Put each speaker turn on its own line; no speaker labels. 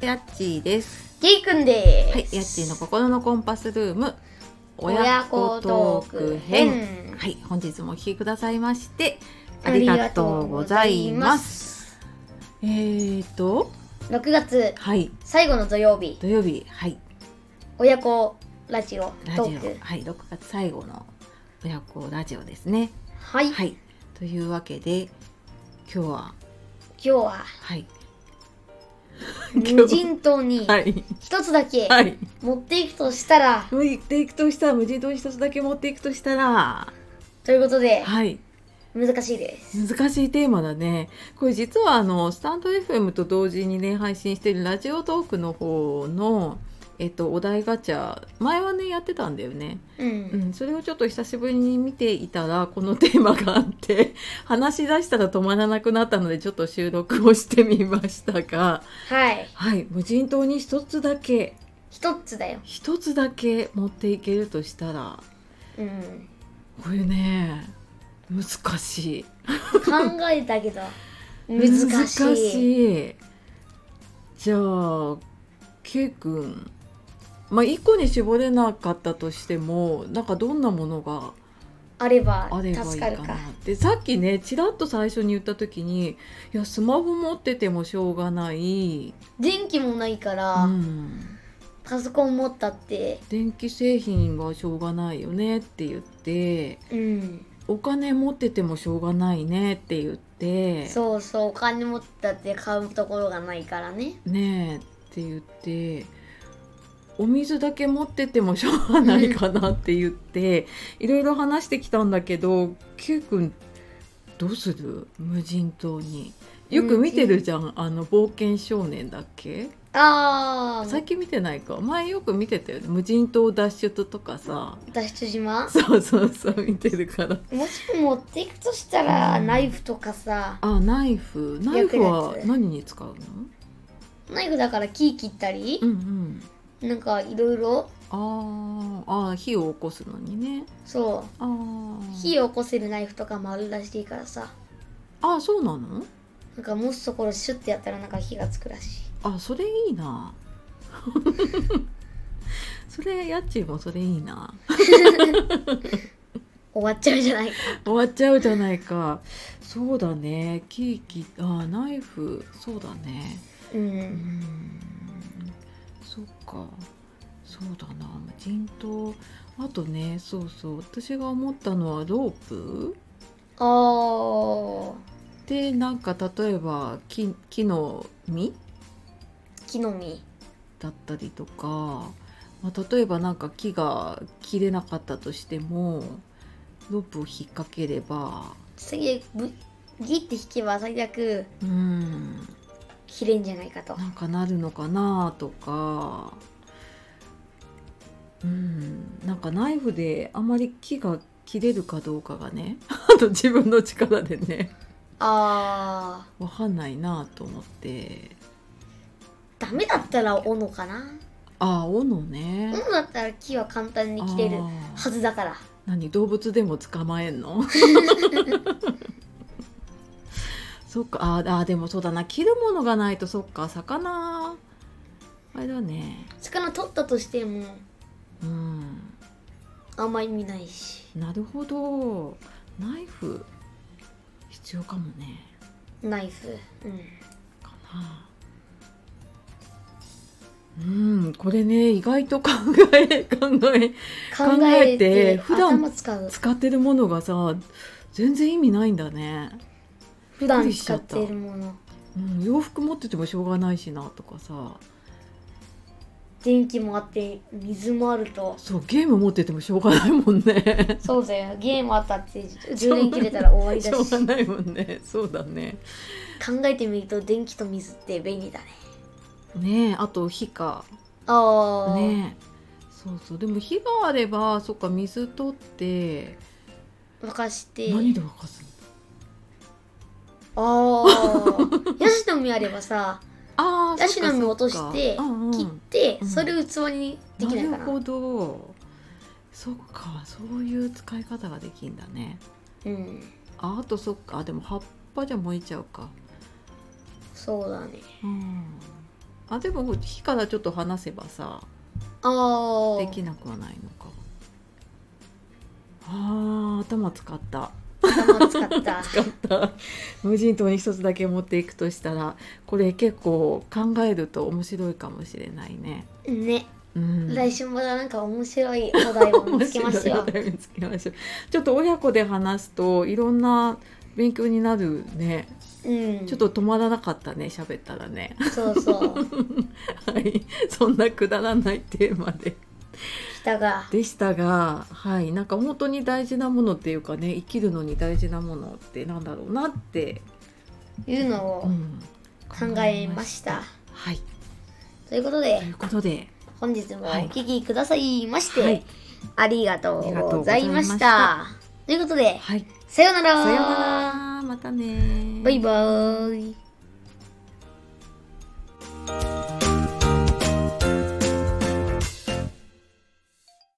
やっちーです。
ゲイくんです。
はい、やっちーの心のコンパスルーム
親子トーク編。
はい、本日もお聞きくださいましてありがとうございます。
す。
えーと、
6月
はい、
最後の土曜日、
土曜日、はい、
親子ラジオ
ラジ
ト
オ
ーク、。
はい、6月最後の親子ラジオですね。
はい、今
はい、というわけで今日は
日 は
はい、日
無人島に
はい、
一つだけ
はい、
持っていくとしたら、
無理っていくとしたら無人島に一つだけ持っていくとしたら、
ということで、
はい。
難しいです。
難しいテーマだねこれ実はあのスタンド FM と同時にね配信してるラジオトークの方の、えっと、お題ガチャ前はねやってたんだよね、
う。
うんん、それをちょっと久しぶりに見ていたらこのテーマがあって話し出したら止まらなくなったのでちょっと収録をしてみましたが
はい。
はい無人島に一つだけ
一つだよ。
一つだけ持っていけるとしたら
うん。
これね難しい。
考えたけど、難し
難
い。
しいじゃあ K 君まあ1個に絞れなかったとしてもなんかどんなものが
あれば
あればいい
助
か
か
な
るか。
でさっきねちらっと最初に言った時にいやスマホ持っててもしょうがない、
電気もないか
う
ら、
ん、
パソコン持ったって、
電気製品はしょうがないよねって言って
うん。
お金持っててもしょうがないねって言って
そうそうお金持ったって買うところがないからね
ねえって言ってお水だけ持っててもしょうがないかなって言って、いろいろ話してきたんだけど Q 君どうする無人島によく見てるじゃんあの冒険少年だっけ
ああ
最近見てないか前よく見てたよね無人島脱出とかさ
脱出島
そうそうそう見てるから
もし持っていくとしたら、
うん
ナイフとかさ
あナイフナイフは何に使うの
ナイフだから木切ったり
うん、うん
なんかいろいろ
あーあー火を起こすのにね
そ
あ
う
ー
火を起こせるナイフとかもあるらしいからさ
あそうなの
なんか持つところシュッてやったらなんか火がつくらしい
あそれいいな それやっちーもそれいいな
終わっちゃうじゃないか
終わっちゃうじゃないかそうだねキーキあナイフそうだね
う
うー
ん
んそっかそうだな無人島あとねそうそう私が思ったのはロープ
あー
でなんか例えば木木の実
木の実
だったりとか、まあ、例えばなんか木が切れなかったとしてもロープを引っ掛ければ
最悪ぶギって引けば最悪
うん
切れんじゃないかと
なんかなるのかなとかうんなんかナイフであまり木が切れるかどうかがね あと自分の力でね
あー
わかんないなと思って
ダメだったら斧かな
ああ斧ね
斧だったら木は簡単に切れる
あ
は
ー
ずだから
何動物でも捕まえん のそっかあーあーでもそうだな切るものがないとそっか魚あれだね
魚取ったとしても
うん
あんま意味ないし
なるほどナイフ必要かもね
ナイフうん
かなうんこれね意外と考え考え
考えて
考えて普段
頭使う
使ってるものがさ全然意味ないんだね、
普
びっく
段
りしち
使
ゃっ
ったているもの
うん、洋服持っててもしょうがないしなとかさ
電気もあって水もあると
そうゲーム持っててもしょうがないもんね
そうだよゲームあったって 充電切れたら終わり
し
だ
ょう
し
がないもんねそうだね
考えてみると電気と水って便利だね
ねえあと火か
ああ、
ねえそうそうでも火があればそっか水取って
沸かして
何で沸かすの
ああヤシの実あればさ
ああ
ヤシの実落として
うんうん
切って、
うん
それを器にできないか
る
な
ほどそっかそういう使い方ができんだね
うん
ああとそっかあでも葉っぱじゃ燃えちゃうか
そうだね
うんあでも火からちょっと離せばさ
ああ
できなくはないのかあー頭使った
頭使った
使った無人島に一つだけ持っていくとしたらこれ結構考えると面白いかもしれないね
ね、
うん
来週まだなんか面白いお題を見つけましょ
面白
う
い話題見つけましょうちょっと親子で話すといろんな勉強になるね
うん
ちょっと止まらなかったね喋ったらね
そうそう
はいそんなくだらないテーマで
北が
でしたがはいなんか本当に大事なものっていうかね生きるのに大事なものってなんだろうなって、
いうのを
うん
考えました
はい
ということ
と
で
いうことで
本日もお聞きくださいまして、
はい
ありがと
あり
う
がとう
ご
ご
ざ
ざ
い
い
ま
ま
し
したた
ということで
はい
さようなら
さようならまたね
バイバーイ